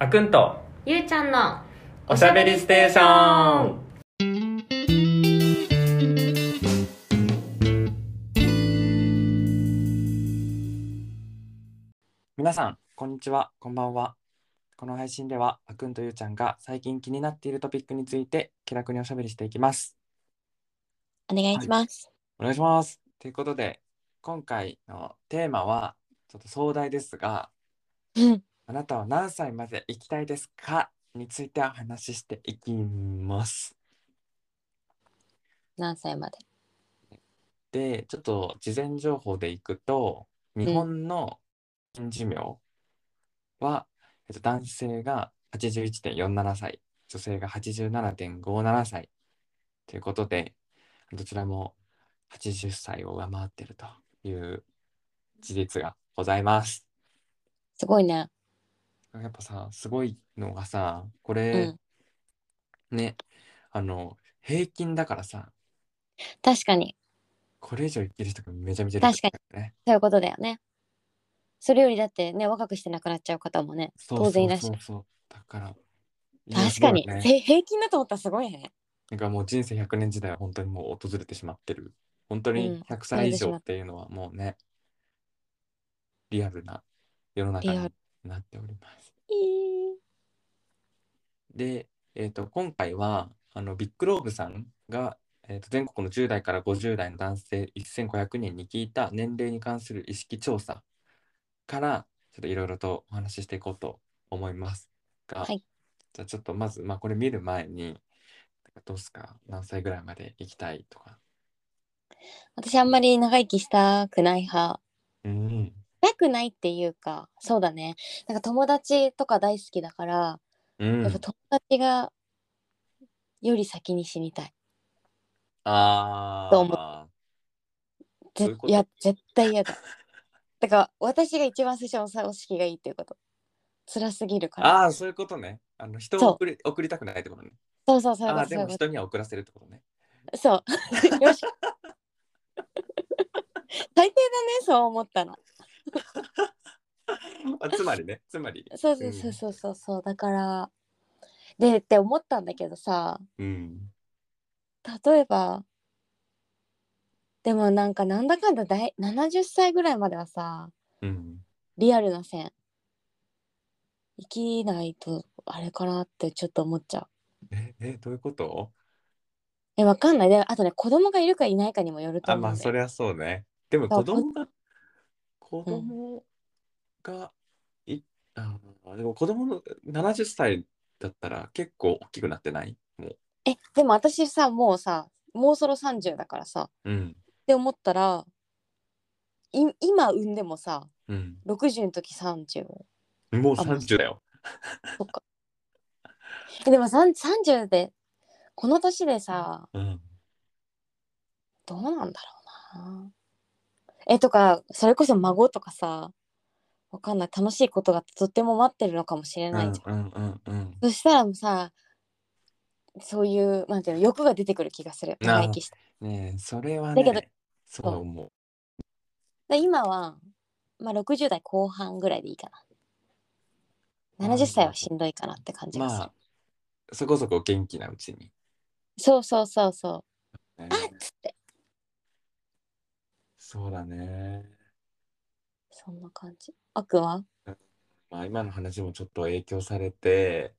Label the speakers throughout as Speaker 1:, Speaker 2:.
Speaker 1: あくんと
Speaker 2: ゆうちゃんの
Speaker 1: おしゃべりステーション皆さんこんにちはこんばんはこの配信ではあくんとゆうちゃんが最近気になっているトピックについて気楽におしゃべりしていきます
Speaker 3: お願いします。
Speaker 1: お願いしますということで今回のテーマはちょっと壮大ですが
Speaker 3: うん
Speaker 1: あなたは何歳まで生きたいですかについてお話ししていきます
Speaker 3: 何歳まで。
Speaker 1: でちょっと事前情報でいくと日本の平均寿命は、えっと、男性が81.47歳女性が87.57歳ということでどちらも80歳を上回っているという事実がございます。
Speaker 3: すごいね。
Speaker 1: やっぱさすごいのがさこ
Speaker 3: う
Speaker 1: れ
Speaker 3: ん。
Speaker 1: ねあの平均だからさ
Speaker 3: 確かに。
Speaker 1: これ以上生きる人がめちゃめちゃいる
Speaker 3: 確か
Speaker 1: にね。
Speaker 3: そういうことだよね。それよりだってね、若くして亡くなっちゃう方もね、
Speaker 1: そう
Speaker 3: 当然いらっしゃ
Speaker 1: そう
Speaker 3: る。
Speaker 1: そうそうだからいや
Speaker 3: 確かに
Speaker 1: そう。だね
Speaker 3: へ平均だと思ったらすごいね。
Speaker 1: なんかもう人生100年時代は本当にもう訪れてしまってる本当
Speaker 3: う
Speaker 1: に
Speaker 3: ん
Speaker 1: 100歳以
Speaker 3: 訪れてし
Speaker 1: 上
Speaker 3: ま
Speaker 1: っ
Speaker 3: って
Speaker 1: いうのはもうねリアルな世の中
Speaker 3: リ
Speaker 1: に
Speaker 3: アル
Speaker 1: なっております
Speaker 3: いい
Speaker 1: で、えー、と今回はあのビッグローブさんが、えー、と全国の10代から50代の男性1500人に聞いた年齢に関する意識調査からちょっといろいろとお話ししていこうと思いますが、
Speaker 3: はい
Speaker 1: じゃあちょっとまず、まあ、これ見る前にどうっすか何歳ぐらいまで行きたいとか。
Speaker 3: 私あんまり長生きしたくない派。
Speaker 1: うん
Speaker 3: したくないっていうか、そうだね。なんか友達とか大好きだから、
Speaker 1: うん
Speaker 3: やっぱ友達がより先に死にたい。
Speaker 1: あ
Speaker 3: どうも
Speaker 1: あそ
Speaker 3: ぜ
Speaker 1: ういうこと
Speaker 3: いや、絶対嫌だ。 だから私が一番最初のお式がいいっていうこと。辛すぎるから。
Speaker 1: あーそういうことね。あの人
Speaker 3: そう
Speaker 1: を送り送りたくないってことね。
Speaker 3: そうそうそういう
Speaker 1: あ
Speaker 3: こ
Speaker 1: あ
Speaker 3: と
Speaker 1: ーで
Speaker 3: そういう
Speaker 1: も
Speaker 3: こと
Speaker 1: 人には送らせるってことね。
Speaker 3: そう。 よし。大抵だね、そう思ったの。
Speaker 1: あつまりね、つまり。
Speaker 3: そうそうそうそうそうそう、だから。でって思ったんだけどさ、
Speaker 1: うん。
Speaker 3: 例えば。でもなんかなんだかんだだい70歳ぐらいまではさ
Speaker 1: うん。
Speaker 3: リアルな線生きないとあれかなってちょっと思っちゃう
Speaker 1: え、え、どういうこと
Speaker 3: えわかんないであとね子供がいるかいないかにもよると
Speaker 1: あ、
Speaker 3: 思う
Speaker 1: まあ、
Speaker 3: んだよ
Speaker 1: そりゃそうね。でも
Speaker 3: そ
Speaker 1: 子供が、子
Speaker 3: う
Speaker 1: 供が、い、あー、でも子供の70歳だったら結構大きくなってないもう。
Speaker 3: えでも私さもうさもうそろ30だからさ
Speaker 1: うん。
Speaker 3: って思ったらい今産んでもさ
Speaker 1: うん。
Speaker 3: 60の時30
Speaker 1: もう
Speaker 3: あまあ
Speaker 1: 30だよ。
Speaker 3: えでもさん30でこの年でさ
Speaker 1: うん。
Speaker 3: どうなんだろうなえとかそれこそ孫とかさわかんない楽しいことがとっても待ってるのかもしれ
Speaker 1: う
Speaker 3: ない
Speaker 1: ん
Speaker 3: じゃん、
Speaker 1: うんうんうん。
Speaker 3: そしたらもうさそういうなんていうの欲が出てくる気がする
Speaker 1: なあ
Speaker 3: 長生きして
Speaker 1: ねえ、それは
Speaker 3: だけど
Speaker 1: ね、そう思
Speaker 3: で今は、まあ、60代後半ぐらいでいいかな
Speaker 1: なるほど
Speaker 3: 70歳はしんどいかなって感
Speaker 1: う。
Speaker 3: じがする、
Speaker 1: まあ、そこそこ元気なうちに。
Speaker 3: そうそうそうそう
Speaker 1: ね
Speaker 3: あっつって
Speaker 1: そうだね。
Speaker 3: そんな感じあくんは
Speaker 1: まあ、今の話もちょっと影響され て、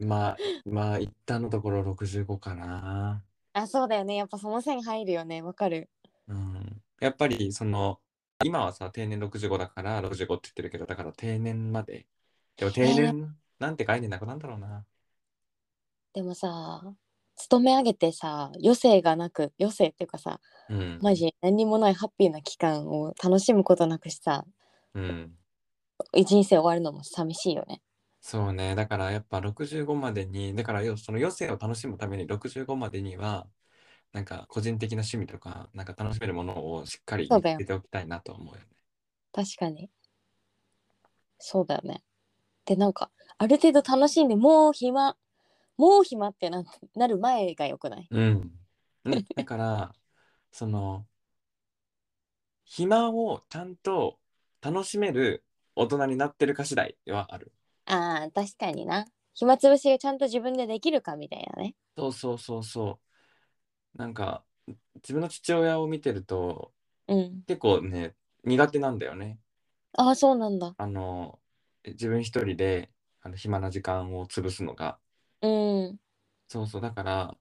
Speaker 1: まあ、まあ、一旦のところ65かな。
Speaker 3: あそうだよねやっぱその線入るよねわかる
Speaker 1: うん。やっぱり、その、今はさ、定年65だから、65って言ってるけど、だから定年まで。でも定年なんて概念なくなんだろうな。
Speaker 3: でもさ勤め上げてさ余生がなく余生っていうかさ
Speaker 1: うん。
Speaker 3: マジ何にもないハッピーな期間を楽しむことなくしさ
Speaker 1: うん。
Speaker 3: 人生終わるのも寂しいよね
Speaker 1: そうね。だから、やっぱ65までに、だからよ、その余生を楽しむために65までには、なんか個人的な趣味とか、なんか楽しめるものをしっかり
Speaker 3: そ
Speaker 1: 見
Speaker 3: うだよ
Speaker 1: つけておきたいなと思うよね。
Speaker 3: 確かにそうだよねでなんかある程度楽しんでもう暇もう暇ってななる前がよくない
Speaker 1: うん。ねだから、その、暇をちゃんと楽しめる大人になってるか次第はある。
Speaker 3: ああ、確かにな。暇つぶしがちゃんと自分でできるかみたいなね。
Speaker 1: そうそうそうそう。なんか、自分の父親を見てると、
Speaker 3: うん。
Speaker 1: 結構ね、苦手なんだよね。
Speaker 3: ああ、そうなんだ。
Speaker 1: あの、自分一人で、あの、暇な時間を潰すのが。
Speaker 3: うん。
Speaker 1: そうそう、だから、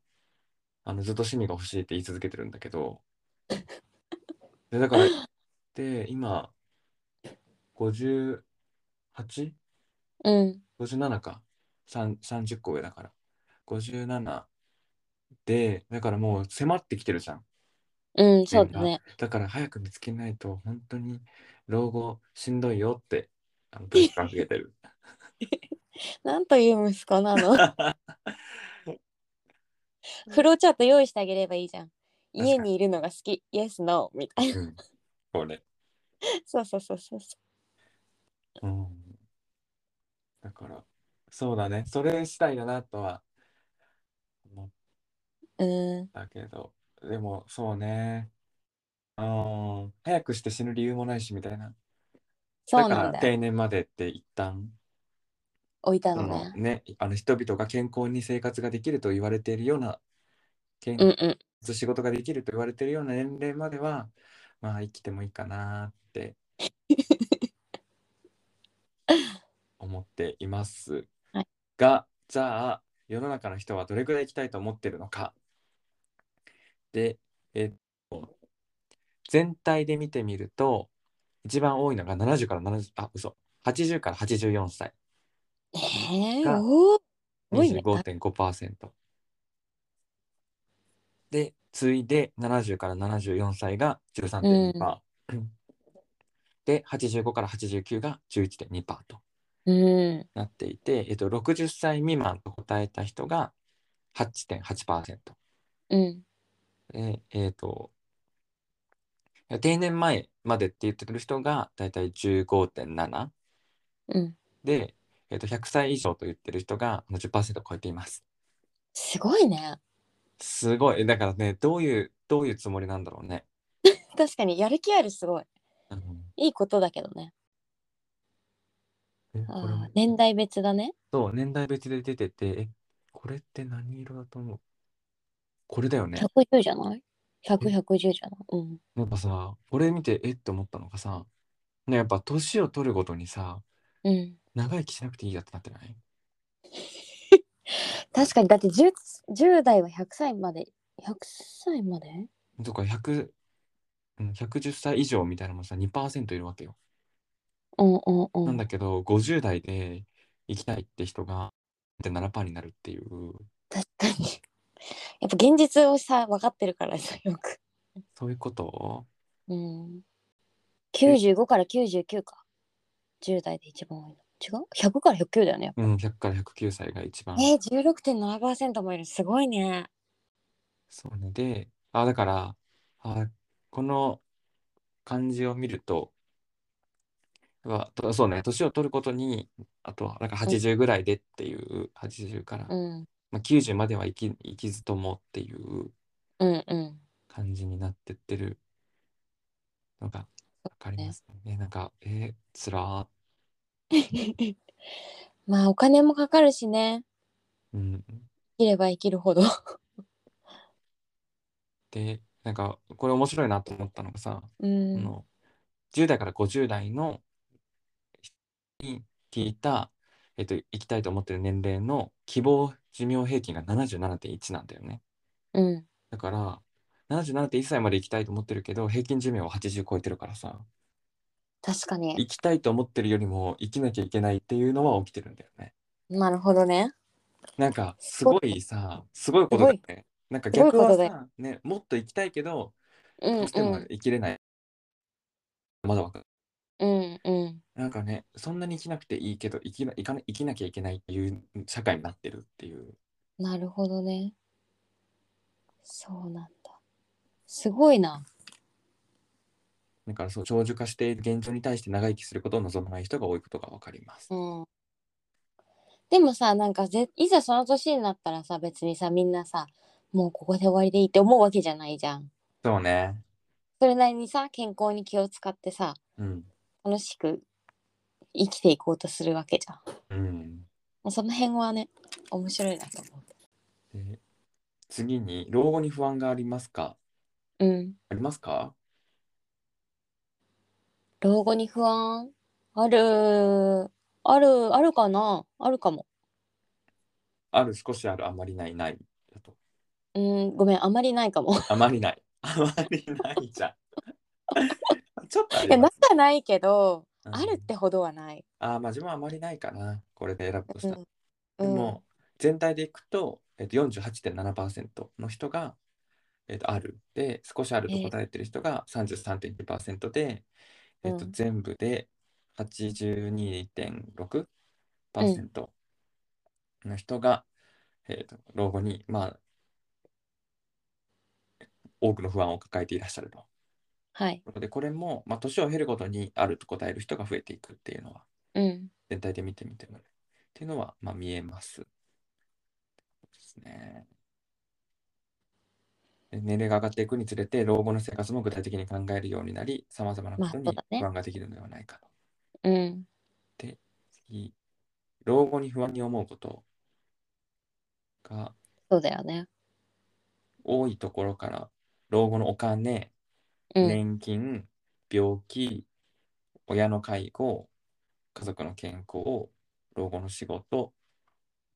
Speaker 1: あの、ずっと趣味が欲しいって言い続けてるんだけ ど。で、だから、で、今、58?57
Speaker 3: うん。
Speaker 1: か。3 30個上だから。57で、だからもう迫ってきてるじゃん。
Speaker 3: うん、そうだね。
Speaker 1: だから早く見つけないと、本当に老後しんどいよって、あの、文章がげて る。
Speaker 3: なんという息子 なのフローチャート用意してあげればいいじゃん。
Speaker 1: かに
Speaker 3: 家にいるのが好き。Yes, No みたいな。
Speaker 1: うん、これ。
Speaker 3: そうそうそうそうそ
Speaker 1: うん。だから、そうだね。それしたいだなとは思っ
Speaker 3: う。うん。
Speaker 1: たけど、でも、そうね。うん。早くして死ぬ理由もないし、みたいな。
Speaker 3: そうなん
Speaker 1: から
Speaker 3: だよ。
Speaker 1: 定年までって一旦、
Speaker 3: 置いた
Speaker 1: そ
Speaker 3: の
Speaker 1: の
Speaker 3: ね。
Speaker 1: ね、あの人々が健康に生活ができると言われているような、健
Speaker 3: うんうん。
Speaker 1: 仕事ができると言われているような年齢までは、まあ生きてもいいかなって。思っています
Speaker 3: はい
Speaker 1: が、じゃあ世の中の人はどれくらい生きたいと思ってるのか。で、えっと、全体で見てみると、一番多いのが70から70、あ、嘘、80から84歳、
Speaker 3: ええ
Speaker 1: が
Speaker 3: おー多いね
Speaker 1: 25.5%。で、次いで70から74歳が13.2%。で、85から89が11.2%と。
Speaker 3: うん。
Speaker 1: なっていて、えっと、60歳未満と答えた人が8.8%。
Speaker 3: うん。
Speaker 1: でえっと、定年前までって言ってくる人がだいたい15.7
Speaker 3: うん。
Speaker 1: で、えっと、100歳以上と言ってる人が10%超えています。
Speaker 3: すごいね。
Speaker 1: すごい。えだからね、どういう、どういうつもりなんだろうね。
Speaker 3: 確かにやる気あるすごい。
Speaker 1: うん
Speaker 3: いいことだけどね。
Speaker 1: え
Speaker 3: あ
Speaker 1: これも
Speaker 3: ー年代別だね。
Speaker 1: そう、年代別で出てて、え、これって何色だと思うこれだよね。
Speaker 3: 110じゃない ?100、110じゃないうん。
Speaker 1: やっぱさ、これ見て、えって思ったのがさ、ね、やっぱ年を取るごとにさ、
Speaker 3: うん。
Speaker 1: 長生きしなくていいやってなってない
Speaker 3: 確かに、だって 10, 10代は100歳まで。100歳まで
Speaker 1: とか、100、うん110歳以上みたいなのもさ、2%いるわけよ。
Speaker 3: うんうんう
Speaker 1: なん
Speaker 3: ん。
Speaker 1: だけど、50代で生きたいって人が、7%になるっていう、
Speaker 3: 確かに。 やっぱ現実をさ、分かってるからさ、よく。
Speaker 1: そういうこと
Speaker 3: うん。95から99か。10代で一番多いの。違う ?100 から109だよね。やっぱ
Speaker 1: うん、100から109歳が一番。
Speaker 3: えー、16.7%もいる。すごいね。
Speaker 1: そうね。で、あ、だから、あ、この漢字を見ると、はとそうね、年を取ることに、あとはなんか80ぐらいでっていう、80から、
Speaker 3: うん。
Speaker 1: まあ、90までは生き、生きずともっていう
Speaker 3: うんうん。
Speaker 1: 感じになってってるのがわかりますね。なんか、えー、つら
Speaker 3: まあ、お金もかかるしね。
Speaker 1: ー、うん。
Speaker 3: 生きれば生きるほど。
Speaker 1: で、なんか、これ面白いなと思ったのがさ、
Speaker 3: う
Speaker 1: あ
Speaker 3: ん。
Speaker 1: の10代から50代の人に聞いた、えっと、行きたいと思ってる年齢の希望寿命平均が77.1なんだよね。
Speaker 3: うん。
Speaker 1: だから77.1歳まで行きたいと思ってるけど平均寿命は80超えてるからさ
Speaker 3: 確かに。
Speaker 1: 行きたいと思ってるよりも生きなきゃいけないっていうのは起きてるんだよね。
Speaker 3: なるほどね。
Speaker 1: なんかすごいさすごいことだよね。なんか
Speaker 3: すごい
Speaker 1: 逆は
Speaker 3: すごいこ
Speaker 1: さ、ね、もっと行きたいけど
Speaker 3: う
Speaker 1: ど
Speaker 3: ん
Speaker 1: うしても
Speaker 3: う
Speaker 1: 生きれない。まだわかる。
Speaker 3: ん。うんうん。
Speaker 1: なんかね、そんなに生きなくていいけど、生きな、生かな、生きなきゃいけないっていう社会になってるっていう。
Speaker 3: なるほどね。そうなんだ。すごいな。
Speaker 1: だからそう、長寿化している現状に対して長生きすることを望まない人が多いことがわかります。
Speaker 3: うん。でもさ、なんかぜ、いざその年になったらさ、別にさ、みんなさ、もうここで終わりでいいって思うわけじゃないじゃん。
Speaker 1: そうね。
Speaker 3: それなりにさ、健康に気を使ってさ、
Speaker 1: うん。
Speaker 3: 楽しく生きていこうとするわけじゃん
Speaker 1: うん。
Speaker 3: まあその辺はね面白いなと思
Speaker 1: で、次に、老後に不安がありますか
Speaker 3: ううん
Speaker 1: ありますか
Speaker 3: 老後に不安あるあるあるかなあるかも
Speaker 1: ある、少しある、あまりない、ない。だと
Speaker 3: うんごめんあまりないかも
Speaker 1: あまりない。あまりないじゃん。 ちょっとあ
Speaker 3: い
Speaker 1: り
Speaker 3: や
Speaker 1: ま
Speaker 3: な
Speaker 1: す。
Speaker 3: くはないけど
Speaker 1: うん
Speaker 3: あるってほどはない、
Speaker 1: あー、まあ自分はあまりないかな。これで選ぶとし
Speaker 3: う
Speaker 1: た
Speaker 3: ん
Speaker 1: ら。
Speaker 3: う
Speaker 1: で
Speaker 3: ん、
Speaker 1: も、全体でいくと、えっと、48.7%の人が、えっと、ある。で、少しあると答えてる人が33.2%で、えっと、
Speaker 3: うん
Speaker 1: 全部で82.6%の人が、えっと、老後に、まあ、多くの不安を抱えていらっしゃると。
Speaker 3: はい
Speaker 1: で、これも、まあ、年を経るごとにあると答える人が増えていくっていうのは、
Speaker 3: うん
Speaker 1: 全体で見てみてもね、っていうのは、まあ、見えます。ですね。で年齢が上がっていくにつれて、老後の生活も具体的に考えるようになり、さまざまなこと
Speaker 3: まあそ
Speaker 1: に
Speaker 3: うだね
Speaker 1: 不安ができるのではないかと。
Speaker 3: うん
Speaker 1: 次、老後に不安に思うことが
Speaker 3: そうだよね
Speaker 1: 多いところから、老後のお金、
Speaker 3: うん、
Speaker 1: 年金、病気、親の介護、家族の健康、老後の仕事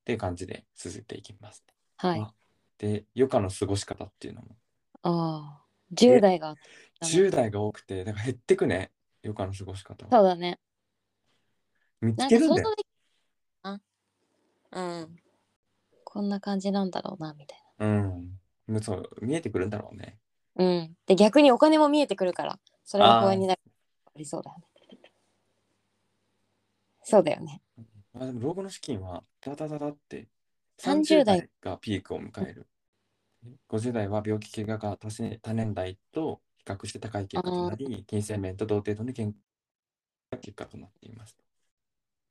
Speaker 1: っていう感じで続いていきます。
Speaker 3: はい
Speaker 1: あで、余暇の過ごし方っていうのも、
Speaker 3: ああ10代がだね
Speaker 1: 10代が多くて、だから減ってくね、余暇の過ごし方
Speaker 3: そ
Speaker 1: は。
Speaker 3: うだね
Speaker 1: 見
Speaker 3: な
Speaker 1: つけ
Speaker 3: んか
Speaker 1: るんだ
Speaker 3: 想
Speaker 1: よ。
Speaker 3: 像できなうんこんな感じなんだろうなみたい
Speaker 1: うん。むそう、見えてくるんだろうね。
Speaker 3: なうんで逆にお金も見えてくるからそれが不安になるありそうだよねそうだよね
Speaker 1: まあ、でも老後の資金は、ダダダダって、
Speaker 3: 30代
Speaker 1: がピークを迎える。50代は病気怪我が多せ多年代と比較して高い結果となり、金銭面と同程度の健結果となっています。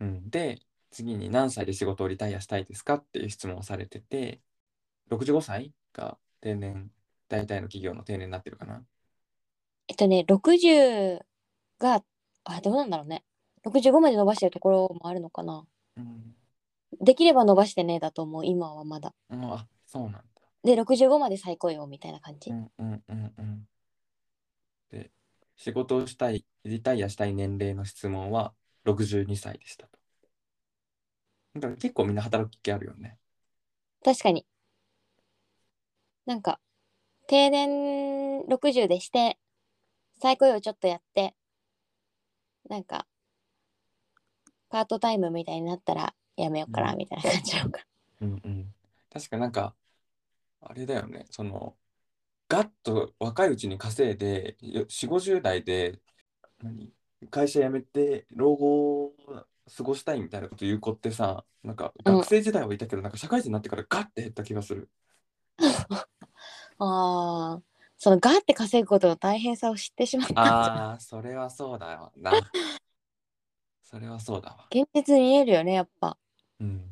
Speaker 1: うん、で、次に何歳で仕事をリタイアしたいですかっていう質問をされてて、65歳が定年、大体の企業の定年になってるかな。
Speaker 3: えっとね60があどうなんだろうね65まで伸ばしてるところもあるのかな
Speaker 1: うん、
Speaker 3: できれば伸ばしてねだと思う今はまだ
Speaker 1: もうあ、そうなんだ。
Speaker 3: で65まで最高よみたいな感じ、
Speaker 1: うんうんうんうん。で、仕事をしたい、リタイアしたい年齢の質問は62歳でしたと。だから結構みんな働く気あるよね。
Speaker 3: 確かになんか定年60でして再雇用ちょっとやってなんかパートタイムみたいになったらやめようかなみたいな感じなのか、
Speaker 1: うんうん。確かなんか、あれだよね、その、ガッと若いうちに稼いで、よ4、50代で、何会社辞めて、老後を過ごしたいみたいなこと言う子ってさ、なんか
Speaker 3: うん
Speaker 1: 学生時代はいたけど、なんか社会人になってからガッて減った気がする。
Speaker 3: あーそのガーって稼ぐことの大変さを知ってしまったんじゃない
Speaker 1: ああ、それはそうだよな。それはそうだわ。
Speaker 3: 現実見えるよねやっぱ
Speaker 1: うん。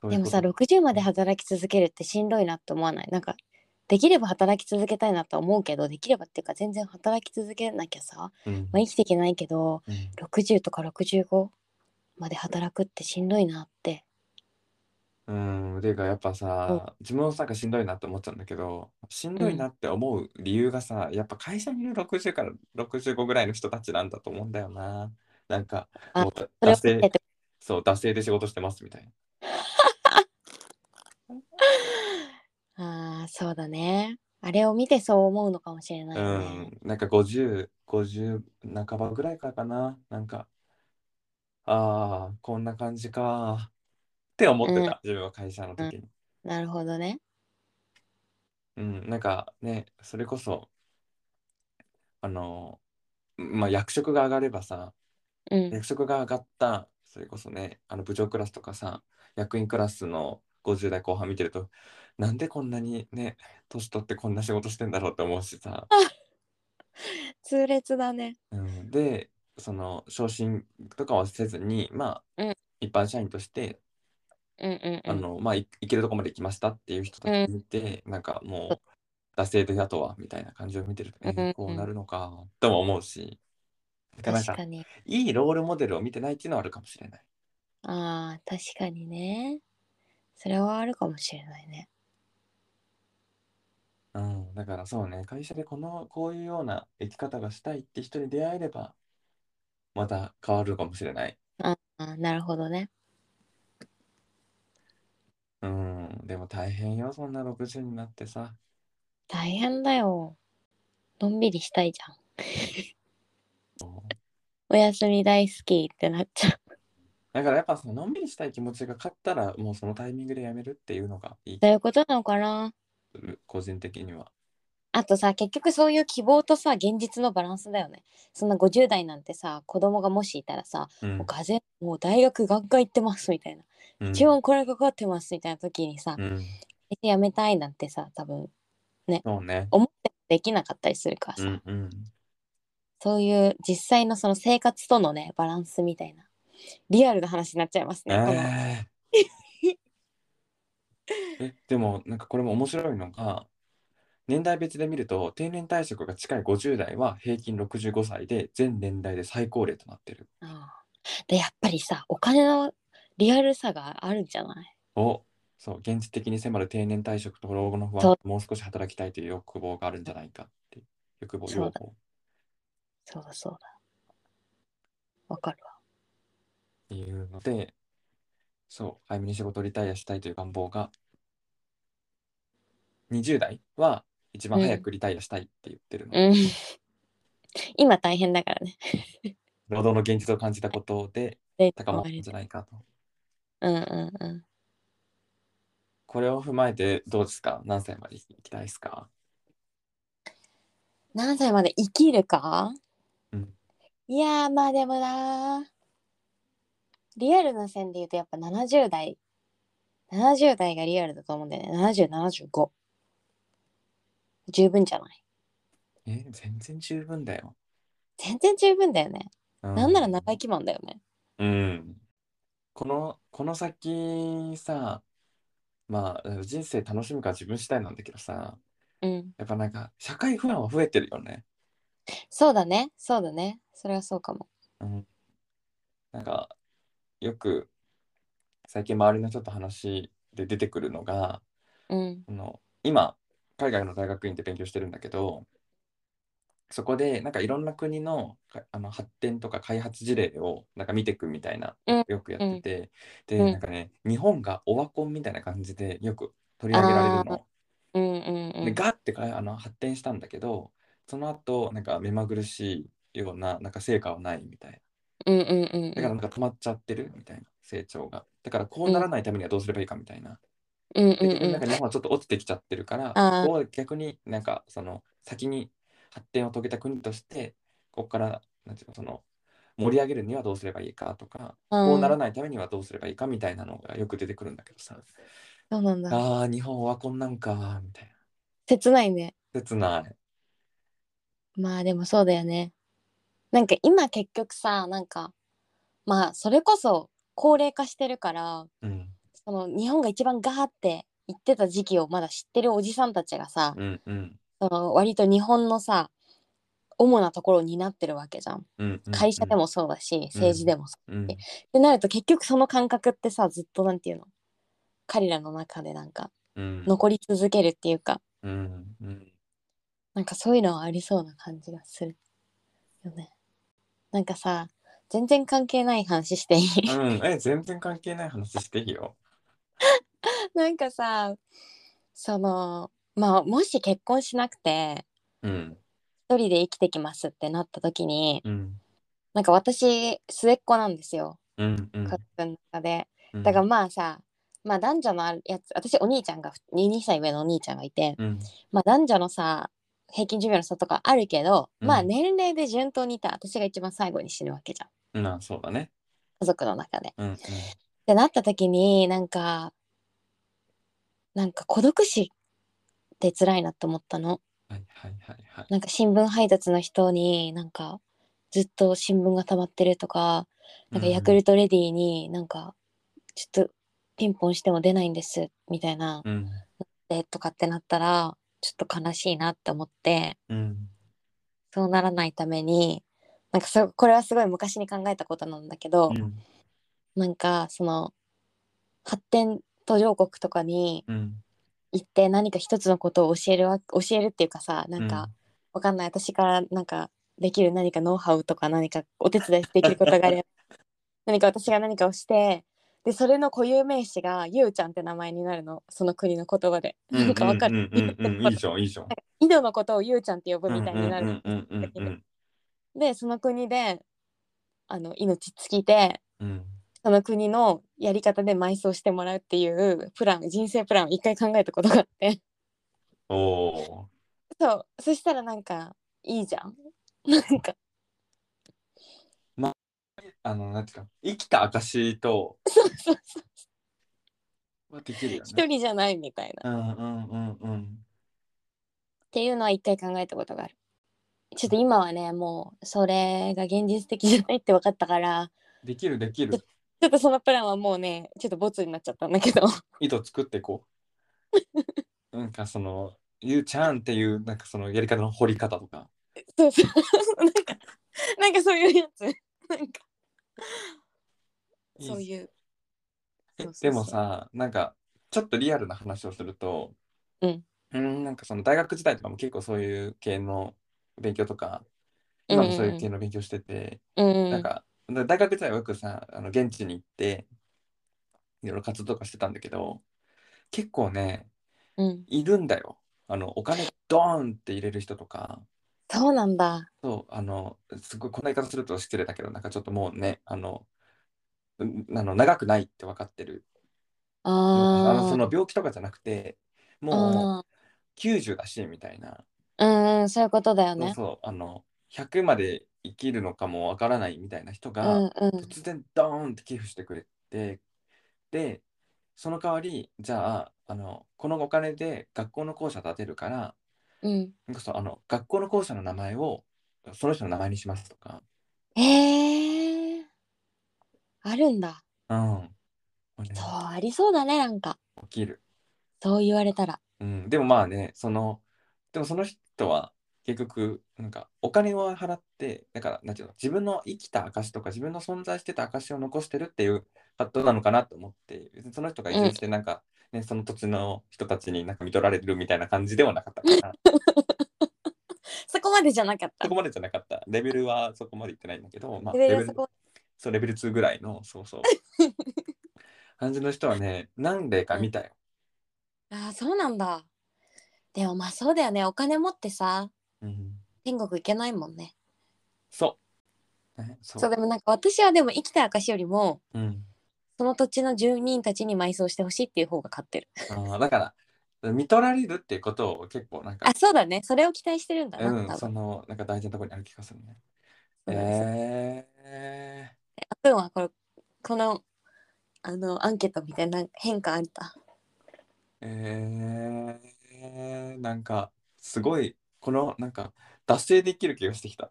Speaker 1: そうい
Speaker 3: で
Speaker 1: う
Speaker 3: もさ
Speaker 1: こと
Speaker 3: 60まで働き続けるってしんどいなって思わないなんかできれば働き続けたいなとは思うけどできればっていうか全然働き続けなきゃさ、
Speaker 1: うん
Speaker 3: まあ、生きていけないけど
Speaker 1: うん
Speaker 3: 60とか65まで働くってしんどいなって
Speaker 1: うん、ていうかやっぱさ、自分もなんかしんどいなって思っちゃうんだけど、しんどいなって思う理由がさ、やっぱ会社にいる60から65ぐらいの人たちなんだと思うんだよな。なんか、
Speaker 3: あ
Speaker 1: もう
Speaker 3: それを
Speaker 1: 惰
Speaker 3: 見て
Speaker 1: 性、
Speaker 3: て
Speaker 1: そう、惰性で仕事してますみたいな。
Speaker 3: あーそうだねあれを見てそう思うのかもしれないよね、
Speaker 1: うん、なんか50、50半ばぐらいからかな。なんか、ああ、こんな感じか。って思ってた、
Speaker 3: うん
Speaker 1: 自分は会社の時に。
Speaker 3: なるほどね
Speaker 1: うん、なんかね、それこそ、あの、まあ、役職が上がればさ、
Speaker 3: うん
Speaker 1: 役職が上がった、それこそね、あの部長クラスとかさ、役員クラスの50代後半見てると、なんでこんなにね、年取ってこんな仕事してんだろうって思うしさ。
Speaker 3: 痛烈だね
Speaker 1: うん、で、その昇進とかはせずに、まあ、
Speaker 3: うん
Speaker 1: 一般社員として、
Speaker 3: うんうん
Speaker 1: あ
Speaker 3: うん
Speaker 1: の、まあ、い行けるとこまで行きましたっていう人たち見て、なんかもう、惰性であとはみたいな感じを見てると、え
Speaker 3: うんうん
Speaker 1: ーこうなるのかとも思うし、だからなん
Speaker 3: 確
Speaker 1: か
Speaker 3: かに。
Speaker 1: いいロールモデルを見てないっていうのはあるかもしれない。
Speaker 3: ああ、確かにね。それはあるかもしれないね。
Speaker 1: うん、だからそうね、会社でこの、こういうような生き方がしたいって人に出会えれば、また変わるかもしれない。
Speaker 3: あーなるほどね。
Speaker 1: うん、でも大変よ、そんな60になってさ。
Speaker 3: 大変だよ。のんびりしたいじゃん。
Speaker 1: そう
Speaker 3: お休み大好きってなっちゃう。
Speaker 1: だからやっぱそののんびりしたい気持ちが勝ったら、もうそのタイミングでやめるっていうのがいい
Speaker 3: ど
Speaker 1: 気
Speaker 3: う
Speaker 1: が
Speaker 3: いうことなのかな
Speaker 1: する、個人的には。
Speaker 3: あとさ、結局そういう希望とさ、現実のバランスだよね。そんな50代なんてさ、子供がもしいたらさ、
Speaker 1: うん
Speaker 3: もう風邪、もう大学学科行ってますみたい
Speaker 1: う
Speaker 3: な。
Speaker 1: ん
Speaker 3: 一応これかかってますみたいな時にさ、
Speaker 1: うん、
Speaker 3: やめたいなんてさ、多分
Speaker 1: そうね。
Speaker 3: 思ってもできなかったりするから
Speaker 1: う
Speaker 3: さ、
Speaker 1: んうん。
Speaker 3: そういう実際のその生活とのね、バランスみたいな、リアルな話になっちゃいますね。この
Speaker 1: えーえ、でもなんかこれも面白いのが年代別で見ると定年退職が近い50代は平均65歳で全年代で最高齢となってる。
Speaker 3: ああで、やっぱりさ、お金のリアルさがあるんじゃない
Speaker 1: おそう現実的に迫る定年退職と老後の不
Speaker 3: そ
Speaker 1: 安
Speaker 3: う
Speaker 1: もう少し働きたいという欲望があるんじゃないかっていう欲望
Speaker 3: そう
Speaker 1: 要
Speaker 3: だ
Speaker 1: 望
Speaker 3: そうだそうだ。わかるわ。
Speaker 1: っていうのでそう早めに仕事をリタイアしたいという願望が20代は一番早くリタイアしたいって言ってるの、
Speaker 3: うん。 今大変だからね。
Speaker 1: 労働の現実を感じたことで
Speaker 3: で
Speaker 1: 高まるんじゃないかと。
Speaker 3: うんうんうん。
Speaker 1: これを踏まえてどうですか何歳まで行きたいですか
Speaker 3: 何歳まで生きるか、
Speaker 1: うん
Speaker 3: いやーまあでもなーリアルな線で言うとやっぱ70代70代がリアルだと思うんだよね7075十分じゃない
Speaker 1: え全然十分だよ。
Speaker 3: 全然十分だよね、
Speaker 1: う
Speaker 3: なんなら長生きマンだよね
Speaker 1: うん。この、この先さ、まあ人生楽しむか自分次第なんだけどさ、
Speaker 3: うん
Speaker 1: やっぱなんか社会不安は増えてるよね。
Speaker 3: そうだねそうだねそれはそうかも
Speaker 1: うん。なんかよく最近周りの人と話で出てくるのが、
Speaker 3: うん
Speaker 1: あの今海外の大学院で勉強してるんだけどそこでなんかいろんな国のかあの発展とか開発事例をなんか見ていくみたいな
Speaker 3: うん
Speaker 1: よくやってて、
Speaker 3: う
Speaker 1: で
Speaker 3: ん
Speaker 1: なんかね日本がオワコンみたいな感じでよく取り上げられるの。
Speaker 3: うんうんう
Speaker 1: で
Speaker 3: ん
Speaker 1: ガッてかあの発展したんだけどその後なんか目まぐるしいようななんか成果はないみたいな
Speaker 3: うんうんうん
Speaker 1: だからなんか止まっちゃってるみたいな成長がだからこうならないためにはどうすればいいかみたいな。
Speaker 3: うんうん
Speaker 1: 結局なん
Speaker 3: う
Speaker 1: か日本はちょっと落ちてきちゃってるから、
Speaker 3: あー
Speaker 1: ここを逆になんかその先に発展を遂げた国としてここからなんていうかその盛り上げるにはどうすればいいかとか、
Speaker 3: ん
Speaker 1: こうなら
Speaker 3: ん
Speaker 1: ないためにはどうすればいいかみたいなのがよく出てくるんだけどさ、
Speaker 3: そうなんだ
Speaker 1: ああ日本はこんなんかみたい
Speaker 3: 切ないね
Speaker 1: な切ない。
Speaker 3: まあでもそうだよね。なんか今結局さなんかまあそれこそ高齢化してるから
Speaker 1: うん
Speaker 3: その日本が一番ガーって言ってた時期をまだ知ってるおじさんたちがさ、
Speaker 1: うんうん
Speaker 3: その割と日本のさ主なところを担ってるわけじゃん。
Speaker 1: うんうん
Speaker 3: 会社でもそうだし、政治でもそう。
Speaker 1: うん
Speaker 3: ってなると結局その感覚ってさずっとなんていうの彼らの中でなんか
Speaker 1: うん
Speaker 3: 残り続けるっていうか
Speaker 1: うんうん
Speaker 3: なんかそういうのはありそうな感じがするよね。なんかさ全然関係ない話していい
Speaker 1: うんえ全然関係ない話していいよ。
Speaker 3: なんかさそのまあもし結婚しなくて
Speaker 1: うん
Speaker 3: 一人で生きてきますってなった時に
Speaker 1: うん
Speaker 3: なんか私末っ子なんですよ
Speaker 1: うんうん
Speaker 3: 家族の中で。
Speaker 1: うん
Speaker 3: だからまあさまあ男女のあるやつ私お兄ちゃんが 2, 2歳上のお兄ちゃんがいて、
Speaker 1: うん
Speaker 3: まあ、男女のさ平均寿命の差とかあるけど、まあ
Speaker 1: うん
Speaker 3: 年齢で順当にいたら私が一番最後に死ぬわけじゃん。
Speaker 1: うんあそうだね。
Speaker 3: 家族の中で。っ
Speaker 1: うんうん
Speaker 3: てなった時になんかなんか孤独死って辛いなと思ったの。
Speaker 1: はいはいはいはい。
Speaker 3: なんか新聞配達の人になんかずっと新聞が溜まってるとかなんかヤクルトレディになんかちょっとピンポンしても出ないんですみたいな
Speaker 1: うん
Speaker 3: でとかってなったらちょっと悲しいなって思って
Speaker 1: うん
Speaker 3: そうならないためになんかすごこれはすごい昔に考えたことなんだけど、
Speaker 1: うん
Speaker 3: なんかその発展途上国とかに
Speaker 1: うん
Speaker 3: 行って何か一つのことを教えるわ教えるっていうかさなんか、わかんない私からなんかできる何かノウハウとか何かお手伝いできることがあれば 何か私が何かをしてでそれの固有名詞がゆうちゃんって名前になるのその国の言葉で、
Speaker 1: うん
Speaker 3: なんかわかる、
Speaker 1: うんうんうんう んいいじゃんいいじゃん
Speaker 3: 井戸のことをゆうちゃんって呼ぶみたいになる、
Speaker 1: うんうんうんうん
Speaker 3: でその国であの命尽きて
Speaker 1: うんうん
Speaker 3: その国のやり方で埋葬してもらうっていうプラン人生プランを一回考えたことがあって
Speaker 1: おお
Speaker 3: そうそしたらなんかいいじゃん なんか
Speaker 1: あのなんていうか生きた証と
Speaker 3: そうそうそう
Speaker 1: はできるよ
Speaker 3: 一
Speaker 1: ね
Speaker 3: 人じゃないみたいな
Speaker 1: うんうんうんうん
Speaker 3: っていうのは一回考えたことがあるちょっと今はねもうそれが現実的じゃないって分かったから
Speaker 1: できるできる
Speaker 3: ちょっとそのプランはもうねちょっとボツになっちゃったんだけど
Speaker 1: 井戸作ってこう なんかそのゆうちゃんっていうなんかそのやり方の掘り方とか
Speaker 3: そうそう なんかなんかそういうやつなんかそう
Speaker 1: いい
Speaker 3: いう
Speaker 1: え
Speaker 3: そうそうそ
Speaker 1: で
Speaker 3: う
Speaker 1: もさなんかちょっとリアルな話をすると
Speaker 3: うん
Speaker 1: うーんなんかその大学時代とかも結構そういう系の勉強とか今もそういう系の勉強してて、
Speaker 3: うんうん
Speaker 1: なんかだ大学時代はよくさあの現地に行っていろいろ活動とかしてたんだけど結構ね
Speaker 3: うん
Speaker 1: いるんだよあのお金ドーンって入れる人とか
Speaker 3: そうなんだ
Speaker 1: そうあのすごいこんな言い方すると失礼だけどなんかちょっともうねあのうんあの長くないって分かってるあの
Speaker 3: あ
Speaker 1: そ
Speaker 3: ー
Speaker 1: の病気とかじゃなくても
Speaker 3: あ
Speaker 1: う90だしみたいな、
Speaker 3: ーうんうんそういうことだよ
Speaker 1: そう
Speaker 3: ね
Speaker 1: そうあの100まで生きるのかもわからないみたいな人
Speaker 3: う
Speaker 1: が、
Speaker 3: んうん
Speaker 1: 突然ドーンって寄付してくれてでその代わりじゃああのこのお金で学校の校舎建てるから
Speaker 3: うん
Speaker 1: そうあの学校の校舎の名前をその人の名前にしますとか、
Speaker 3: へえあるんだ
Speaker 1: うん、これね
Speaker 3: そうありそうだねなんか
Speaker 1: 起きる。
Speaker 3: そう言われたら
Speaker 1: うん、でもまあねそのでもその人は結局なんかお金を払ってだからなんていうの自分の生きた証とか自分の存在してた証を残してるっていう葛藤なのかなと思って別にその人が移住してなんか、ねその土地の人たちになんか見取られるみたいな感じではなかったから
Speaker 3: そこまでじゃなかった
Speaker 1: そこまでじゃなかったレベルはそこまでいってないんだけど、まあ、
Speaker 3: レベ
Speaker 1: レ
Speaker 3: ル
Speaker 1: ベ
Speaker 3: そ
Speaker 1: ル
Speaker 3: こ
Speaker 1: そうレベル2ぐらいのそう そう感じの人はね何例か見たよ。
Speaker 3: ああそうなんだでもまあそうだよねお金持ってさ
Speaker 1: うん、
Speaker 3: 天国行けないもんね
Speaker 1: そう,、ね、そう
Speaker 3: そうでもなんか私はでも生きた証よりも
Speaker 1: うん
Speaker 3: その土地の住人たちに埋葬してほしいっていう方が勝ってる
Speaker 1: あーだから見取られるっていうことを結構なんか
Speaker 3: あそうだねそれを期待してるんだな、
Speaker 1: うん
Speaker 3: 多
Speaker 1: そ
Speaker 3: 分
Speaker 1: のなんか大事なところにある気がするね。
Speaker 3: そうだね
Speaker 1: え
Speaker 3: あっくんはこれこのあのアンケートみたいな変化あった
Speaker 1: ー、えー、なんかすごいこのなんか達成できる気がしてきた。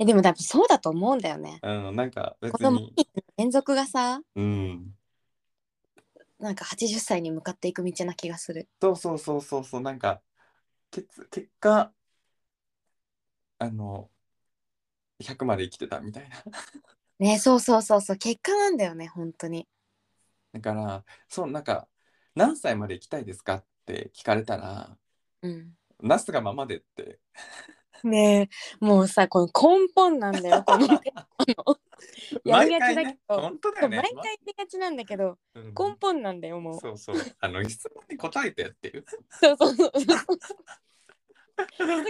Speaker 3: えでも多分そうだと思うんだよね
Speaker 1: うんなんか別
Speaker 3: この
Speaker 1: に
Speaker 3: 連続がさ
Speaker 1: うん
Speaker 3: なんか80歳に向かっていく道な気がする
Speaker 1: そうそうそうそうそうなんか結結果あの100まで生きてたみたいな。
Speaker 3: ねそうそうそうそう結果なんだよね本当に
Speaker 1: だからそうなんか何歳まで生きたいですかって聞かれたら。
Speaker 3: うん
Speaker 1: なすがままでって。
Speaker 3: ねえもうさこの根本なん だよこのやりが
Speaker 1: 毎
Speaker 3: ちだけど
Speaker 1: 回ね本当だよね。
Speaker 3: 毎回言いがちなんだけど
Speaker 1: うん
Speaker 3: 根本なんだよもう
Speaker 1: そうそう。あの質問に答えてやってる。
Speaker 3: そうそうそうす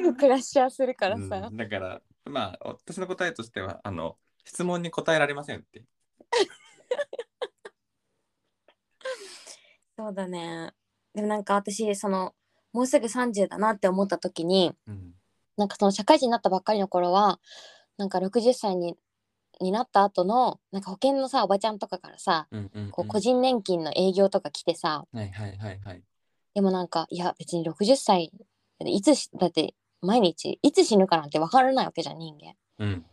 Speaker 3: ぐクラッシャーするからさ、
Speaker 1: うんだからまあ私の答えとしてはあの質問に答えられませんって。
Speaker 3: そうだねでもなんか私そのもうすぐ30だなって思った時に
Speaker 1: うん
Speaker 3: なんかその社会人になったばっかりの頃はなんか60歳にになった後のなんか保険のさおばちゃんとかからさ
Speaker 1: うんうんうん
Speaker 3: こう個人年金の営業とか来てさ、
Speaker 1: はいはいはいはい。
Speaker 3: でもなんかいや別に60歳いつしだって毎日いつ死ぬかなんて分からないわけじゃん人間
Speaker 1: うん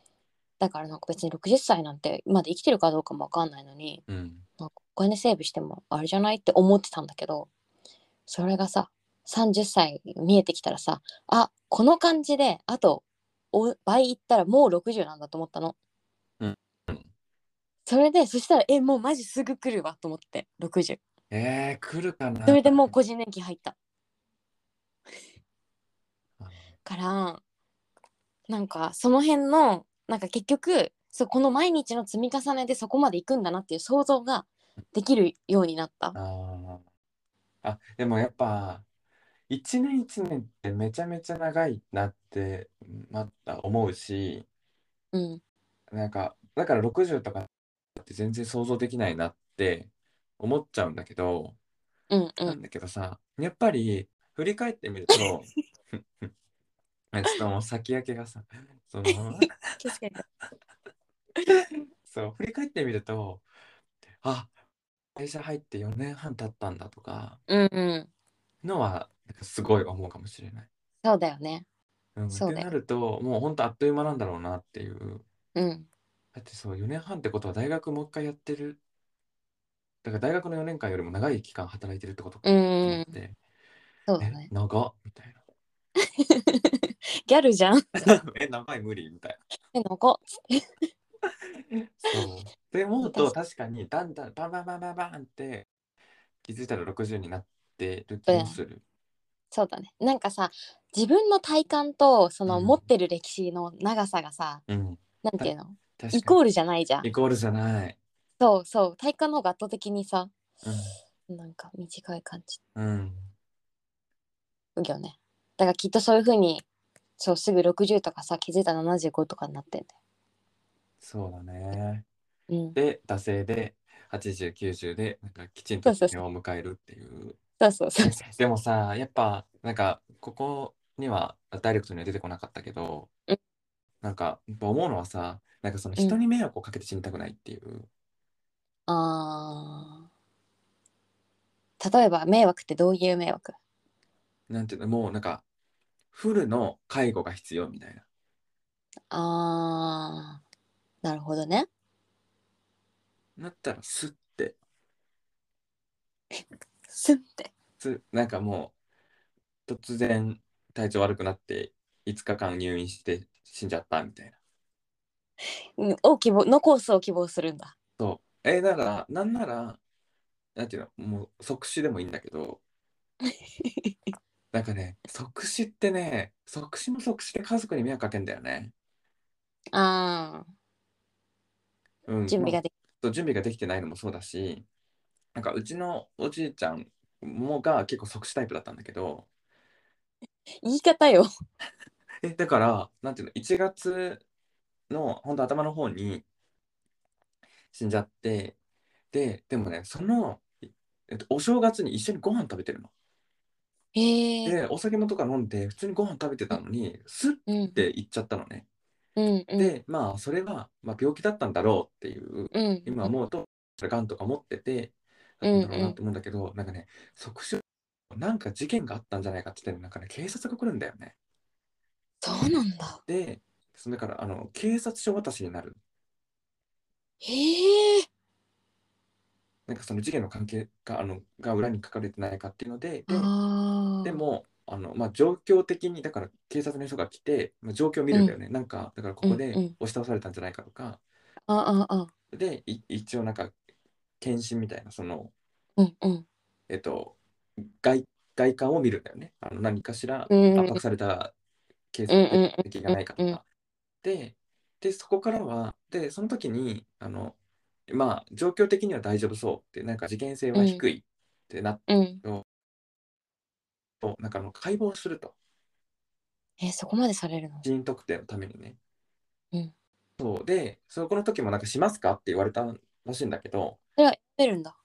Speaker 3: だからなんか別に60歳なんてまだ生きてるかどうかも分かんないのに
Speaker 1: うん。
Speaker 3: なんかお金セーブしてもあれじゃないって思ってたんだけどそれがさ30歳見えてきたらさあこの感じであとお倍いったらもう60なんだと思ったの。
Speaker 1: うん
Speaker 3: それでそしたらえもうマジすぐ来るわと思って60
Speaker 1: えー、来るかな
Speaker 3: それでもう個人年金入った
Speaker 1: あ
Speaker 3: からなんかその辺のなんか結局そうこの毎日の積み重ねでそこまで行くんだなっていう想像ができるようになった
Speaker 1: あーあでもやっぱ一年一年ってめちゃめちゃ長いなってまた思うし
Speaker 3: うん
Speaker 1: なんかだから60とかって全然想像できないなって思っちゃうんだけど、
Speaker 3: うんう
Speaker 1: なん
Speaker 3: ん
Speaker 1: だけどさやっぱり振り返ってみるとち ょっともう先駆けがさその
Speaker 3: 確かに
Speaker 1: そう振り返ってみるとあ会社入って4年半経ったんだとか
Speaker 3: うんうん
Speaker 1: のはなんかすごい思うかもしれない。
Speaker 3: そうだよね
Speaker 1: うん、
Speaker 3: そう
Speaker 1: って
Speaker 3: ね
Speaker 1: なるともうほんとあっという間なんだろうなっていう
Speaker 3: うん
Speaker 1: だってそう4年半ってことは大学もう一回やってるだから大学の4年間よりも長い期間働いてるってことか
Speaker 3: う
Speaker 1: と
Speaker 3: ん
Speaker 1: 思って、
Speaker 3: そうだ
Speaker 1: え
Speaker 3: ね
Speaker 1: 長っみたい
Speaker 3: ギャルじゃん
Speaker 1: な え長い無理みたい
Speaker 3: えのこ
Speaker 1: なそうで思うと
Speaker 3: 確
Speaker 1: 確かにだんだんバンバンバンバンバンって気づいたら60になってる気もする、
Speaker 3: そうだねなんかさ自分の体感とその
Speaker 1: うん
Speaker 3: 持ってる歴史の長さがさ、
Speaker 1: うん、
Speaker 3: なんていうの
Speaker 1: 確かに
Speaker 3: イコールじゃないじゃん
Speaker 1: イコールじゃない、
Speaker 3: そうそう体感の方が圧倒的にさ
Speaker 1: うん
Speaker 3: なんか短い感じ
Speaker 1: うん、
Speaker 3: よねだからきっとそういう風にそうすぐ60とかさ気づいたら75とかになってんだ
Speaker 1: そうだね
Speaker 3: よ、うん、
Speaker 1: で惰性で8090でなんかきちんと寿命を迎えるっていう
Speaker 3: そうそうそう
Speaker 1: でもさやっぱなんかここにはダイレクトには出てこなかったけど、
Speaker 3: うん
Speaker 1: なんかやっぱ思うのはさなんかその人に迷惑をかけて死にたくないっていう、
Speaker 3: あー例えば迷惑ってどういう迷惑
Speaker 1: なんていうのもうなんかフルの介護が必要みたいな
Speaker 3: あーなるほどね
Speaker 1: なったらスッて
Speaker 3: スンって
Speaker 1: つなんかもう突然体調悪くなって5日間入院して死んじゃったみたいな
Speaker 3: うんを希望のコースを希望するんだ
Speaker 1: そうえだからなんならなんていうのもう即死でもいいんだけど なんかね即死ってね即死も即死で家族に迷惑かけんだよね、
Speaker 3: あ
Speaker 1: うん、
Speaker 3: ー準備
Speaker 1: まあ
Speaker 3: ができ
Speaker 1: そう準備ができてないのもそうだしなんかうちのおじいちゃんもが結構即死タイプだったんだけど
Speaker 3: 言い方よ
Speaker 1: えだからなんていうの1月のほんと頭の方に死んじゃってででもねその、えっと、お正月に一緒にご飯食べてるの。
Speaker 3: へえ
Speaker 1: でお酒もとか飲んで普通にご飯食べてたのにスッ
Speaker 3: うん
Speaker 1: て行っちゃったのね。
Speaker 3: うんうん
Speaker 1: でまあそれは、まあ、病気だったんだろうっていう
Speaker 3: うん
Speaker 1: 今思うとがんとか持ってて
Speaker 3: う
Speaker 1: だ
Speaker 3: ん
Speaker 1: っ
Speaker 3: うん
Speaker 1: たんだろうなって思うんだけど、なんかね即死なんか事件があったんじゃないかって言ってなんかね警察が来るんだよね。
Speaker 3: そうなんだ
Speaker 1: でそのだからあの警察署渡しになる
Speaker 3: へえ
Speaker 1: なんかその事件の関係があのが裏に書かれてないかっていうのでで
Speaker 3: あー
Speaker 1: でもあの、まあ、状況的にだから警察の人が来て、まあ、状況を見るんだよね、なんかだからここで
Speaker 3: うんうん
Speaker 1: 押し倒されたんじゃないかとか、
Speaker 3: あああ
Speaker 1: でい一応なんか検診みたいなその
Speaker 3: うんうん
Speaker 1: えっと外外観を見るんだよねあの何かしら
Speaker 3: うん
Speaker 1: 圧迫されたケー
Speaker 3: うんうん
Speaker 1: ス的がないかと
Speaker 3: うんうん
Speaker 1: か。ででそこからはでその時にあのまあ状況的には大丈夫そうってなんか事件性は低いってなっ
Speaker 3: うん
Speaker 1: と、なんかあの解剖すると
Speaker 3: えそこまでされるの
Speaker 1: 人員特定のためにね。
Speaker 3: うん
Speaker 1: そうでそこの時もなんかしますかって言われたらしいんだけど、
Speaker 3: それは出るんだ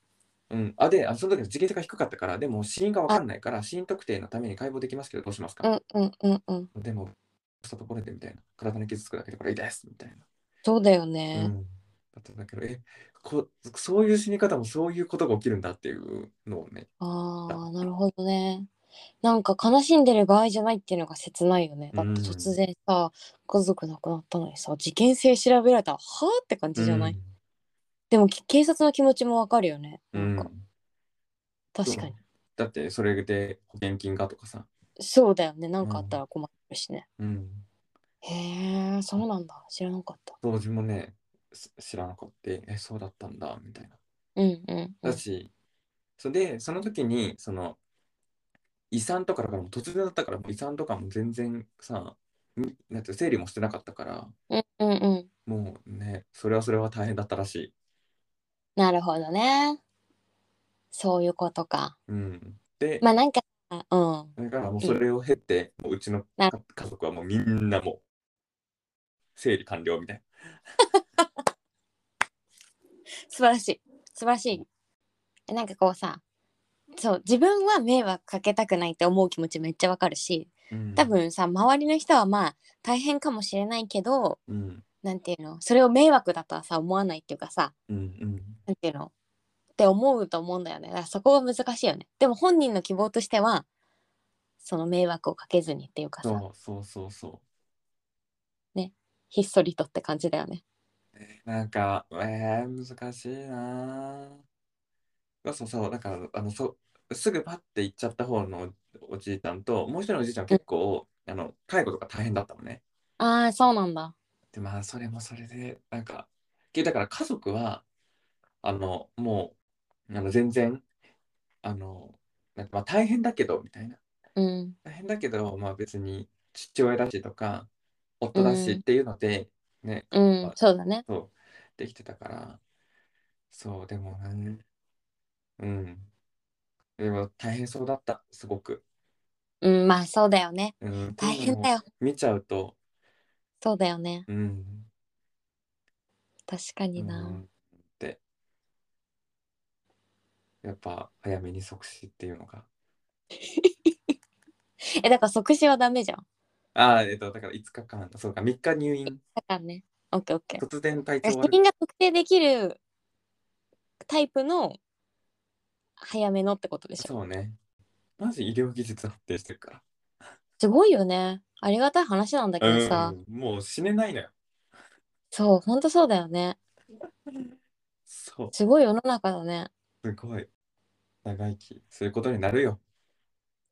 Speaker 1: うん、あであその時の事件性が低かったからでも死因が分かんないから死因特定のために解剖できますけどどうします
Speaker 3: う
Speaker 1: か、
Speaker 3: んうんうんうん
Speaker 1: でもしたところでみたいな体に傷つくだけでこれいいですみたい
Speaker 3: そうだよ
Speaker 1: な、う
Speaker 3: ね、
Speaker 1: ん、だったんだけどえこそういう死に方もそういうことが起きるんだっていうのをね、
Speaker 3: ああなるほどねなんか悲しんでる場合じゃないっていうのが切ないよねだって
Speaker 1: うん
Speaker 3: 突然さ、家族亡くなったのにさ事件性調べられたらはあって感じじゃない、でもき警察の気持ちもわかるよね
Speaker 1: う
Speaker 3: なん
Speaker 1: ん
Speaker 3: か、確かに
Speaker 1: だってそれで保険金がとかさ、
Speaker 3: そうだよねなんかあったら困るしね、
Speaker 1: うん、
Speaker 3: へえ、そうなんだ。知らなかった。
Speaker 1: 当時もねす知らなかったえそうだったんだみたいな
Speaker 3: うんうんう
Speaker 1: だ
Speaker 3: ん。
Speaker 1: し、それでその時にその遺産とかだからもう突然だったから遺産とかも全然さみなんていう整理もしてなかったから
Speaker 3: うんうんうん。
Speaker 1: もうねそれはそれは大変だったらしい
Speaker 3: なるほどね。そういうことか。
Speaker 1: うんで、
Speaker 3: まあなんか、う
Speaker 1: だ
Speaker 3: ん。
Speaker 1: からもうそれを経て、もううちの
Speaker 3: な
Speaker 1: 家家族はもうみんなもう整理完了みたい
Speaker 3: 素晴らしい。素晴らしい。えなんかこうさ、そう、自分は迷惑かけたくないって思う気持ちめっちゃわかるし、
Speaker 1: な、うん
Speaker 3: 多、分さ、周りの人はまあ大変かもしれないけど、
Speaker 1: うん
Speaker 3: なんていうの、それを迷惑だとはさ、思わないっていうかさ、
Speaker 1: うんうん
Speaker 3: なんていうのって思うと思うんだよね。だからそこが難しいよね。でも本人の希望としては、その迷惑をかけずにっていうかさ、
Speaker 1: そうそうそうそ
Speaker 3: ひっそりとって感じだよね。
Speaker 1: うなんかえー、難しいなあそうそうだからあのそすぐパッて行っちゃった方のおじいちゃんともう一人のおじいちゃんは結構、あの介護とか大変だったのね
Speaker 3: ああ、そうなんだ。
Speaker 1: でまあそれもそれでなんかけだから家族はあのもうあの全然あのなんかまあ大変だけどみたいな
Speaker 3: うん。
Speaker 1: 大変だけどまあ別に父親だしとか夫だし
Speaker 3: うん
Speaker 1: っていうので、ね
Speaker 3: うん、そうだね。
Speaker 1: そうできてたからそうでもねうんでも大変そうだったすごく、
Speaker 3: うん、まあそうだよね。
Speaker 1: うん、
Speaker 3: 大変だよ。
Speaker 1: 見ちゃうと
Speaker 3: そうだよね。
Speaker 1: うん
Speaker 3: 確かにな。
Speaker 1: うんってやっぱ早めに即死っていうのが
Speaker 3: え、だから即死はダメじゃん。
Speaker 1: ああえっとだから5日間そうか3日入院
Speaker 3: だからね。オッケーオッケー。
Speaker 1: 突然体調
Speaker 3: 死
Speaker 1: 悪い
Speaker 3: 因が特定できるタイプの早めのってことでしょ。
Speaker 1: そうねマジ医療技術発展してるか
Speaker 3: すごいよね。ありがたい話なんだけど
Speaker 1: ら
Speaker 3: さ。
Speaker 1: うんもう死ねないのよ
Speaker 3: そう、ほんとそうだよね。
Speaker 1: そう
Speaker 3: すごい世の中だね。
Speaker 1: すごい長生きすることになるよ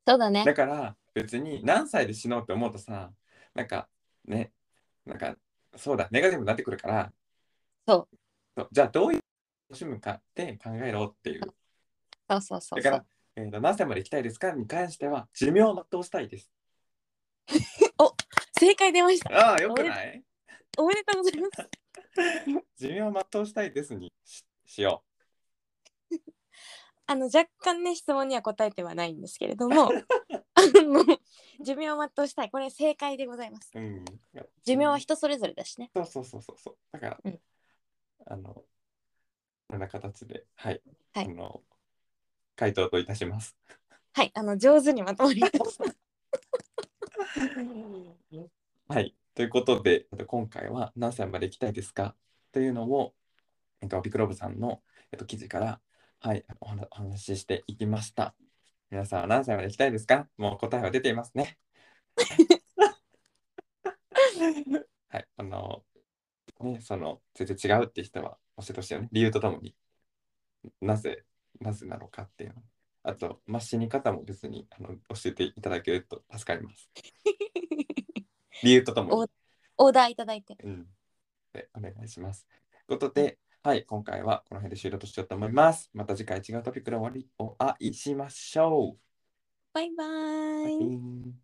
Speaker 3: そうだね
Speaker 1: だ。から別に何歳で死のうって思うとさなんかねなんかそうだネガティブになってくるから
Speaker 3: そう
Speaker 1: そうじゃあどういう楽しむかって考えろっていう
Speaker 3: そうそうそう
Speaker 1: だか
Speaker 3: そう
Speaker 1: ら。、えーと何歳まで行きたいですかに関しては寿命を全うしたいです。
Speaker 3: 正解出ました。
Speaker 1: ああ、よくない
Speaker 3: おめでとうございます。
Speaker 1: 寿命を全うしたいですにししよ
Speaker 3: あの若干ね質問には答えてはないんですけれ ども、あの寿命を全うしたいこれ正解でございます。
Speaker 1: う。うん、
Speaker 3: 寿命は人それぞれだしね。
Speaker 1: そうそうそうそうそう。だから、
Speaker 3: うん
Speaker 1: あの、こんな形で、はい、
Speaker 3: はい
Speaker 1: あの、回答といたします。
Speaker 3: はい、あの上手にまとまりました。
Speaker 1: はい、ということで、えっと今回は何歳まで行きたいですかというのを、えっと、ビクロブさんの、えっと、記事から、はい、お話お話ししていきました。皆さんは何歳まで行きたいですかもう答えは出ていますね。はい、あの、ね、その、全然違うって人は教えてほしいよね。理由とともに、なぜ、なぜなのかっていうの。あと、まあ、死に方も別にあの教えていただけると助かります。理由とともに。
Speaker 3: オーダーいただいて。
Speaker 1: うん。で、お願いします。ということで、はい、今回はこの辺で終了としようと思います。また次回違うトピックで終わりお会いしましょ
Speaker 3: バイバ
Speaker 1: う。バイ
Speaker 3: ーイ
Speaker 1: ビ。ーン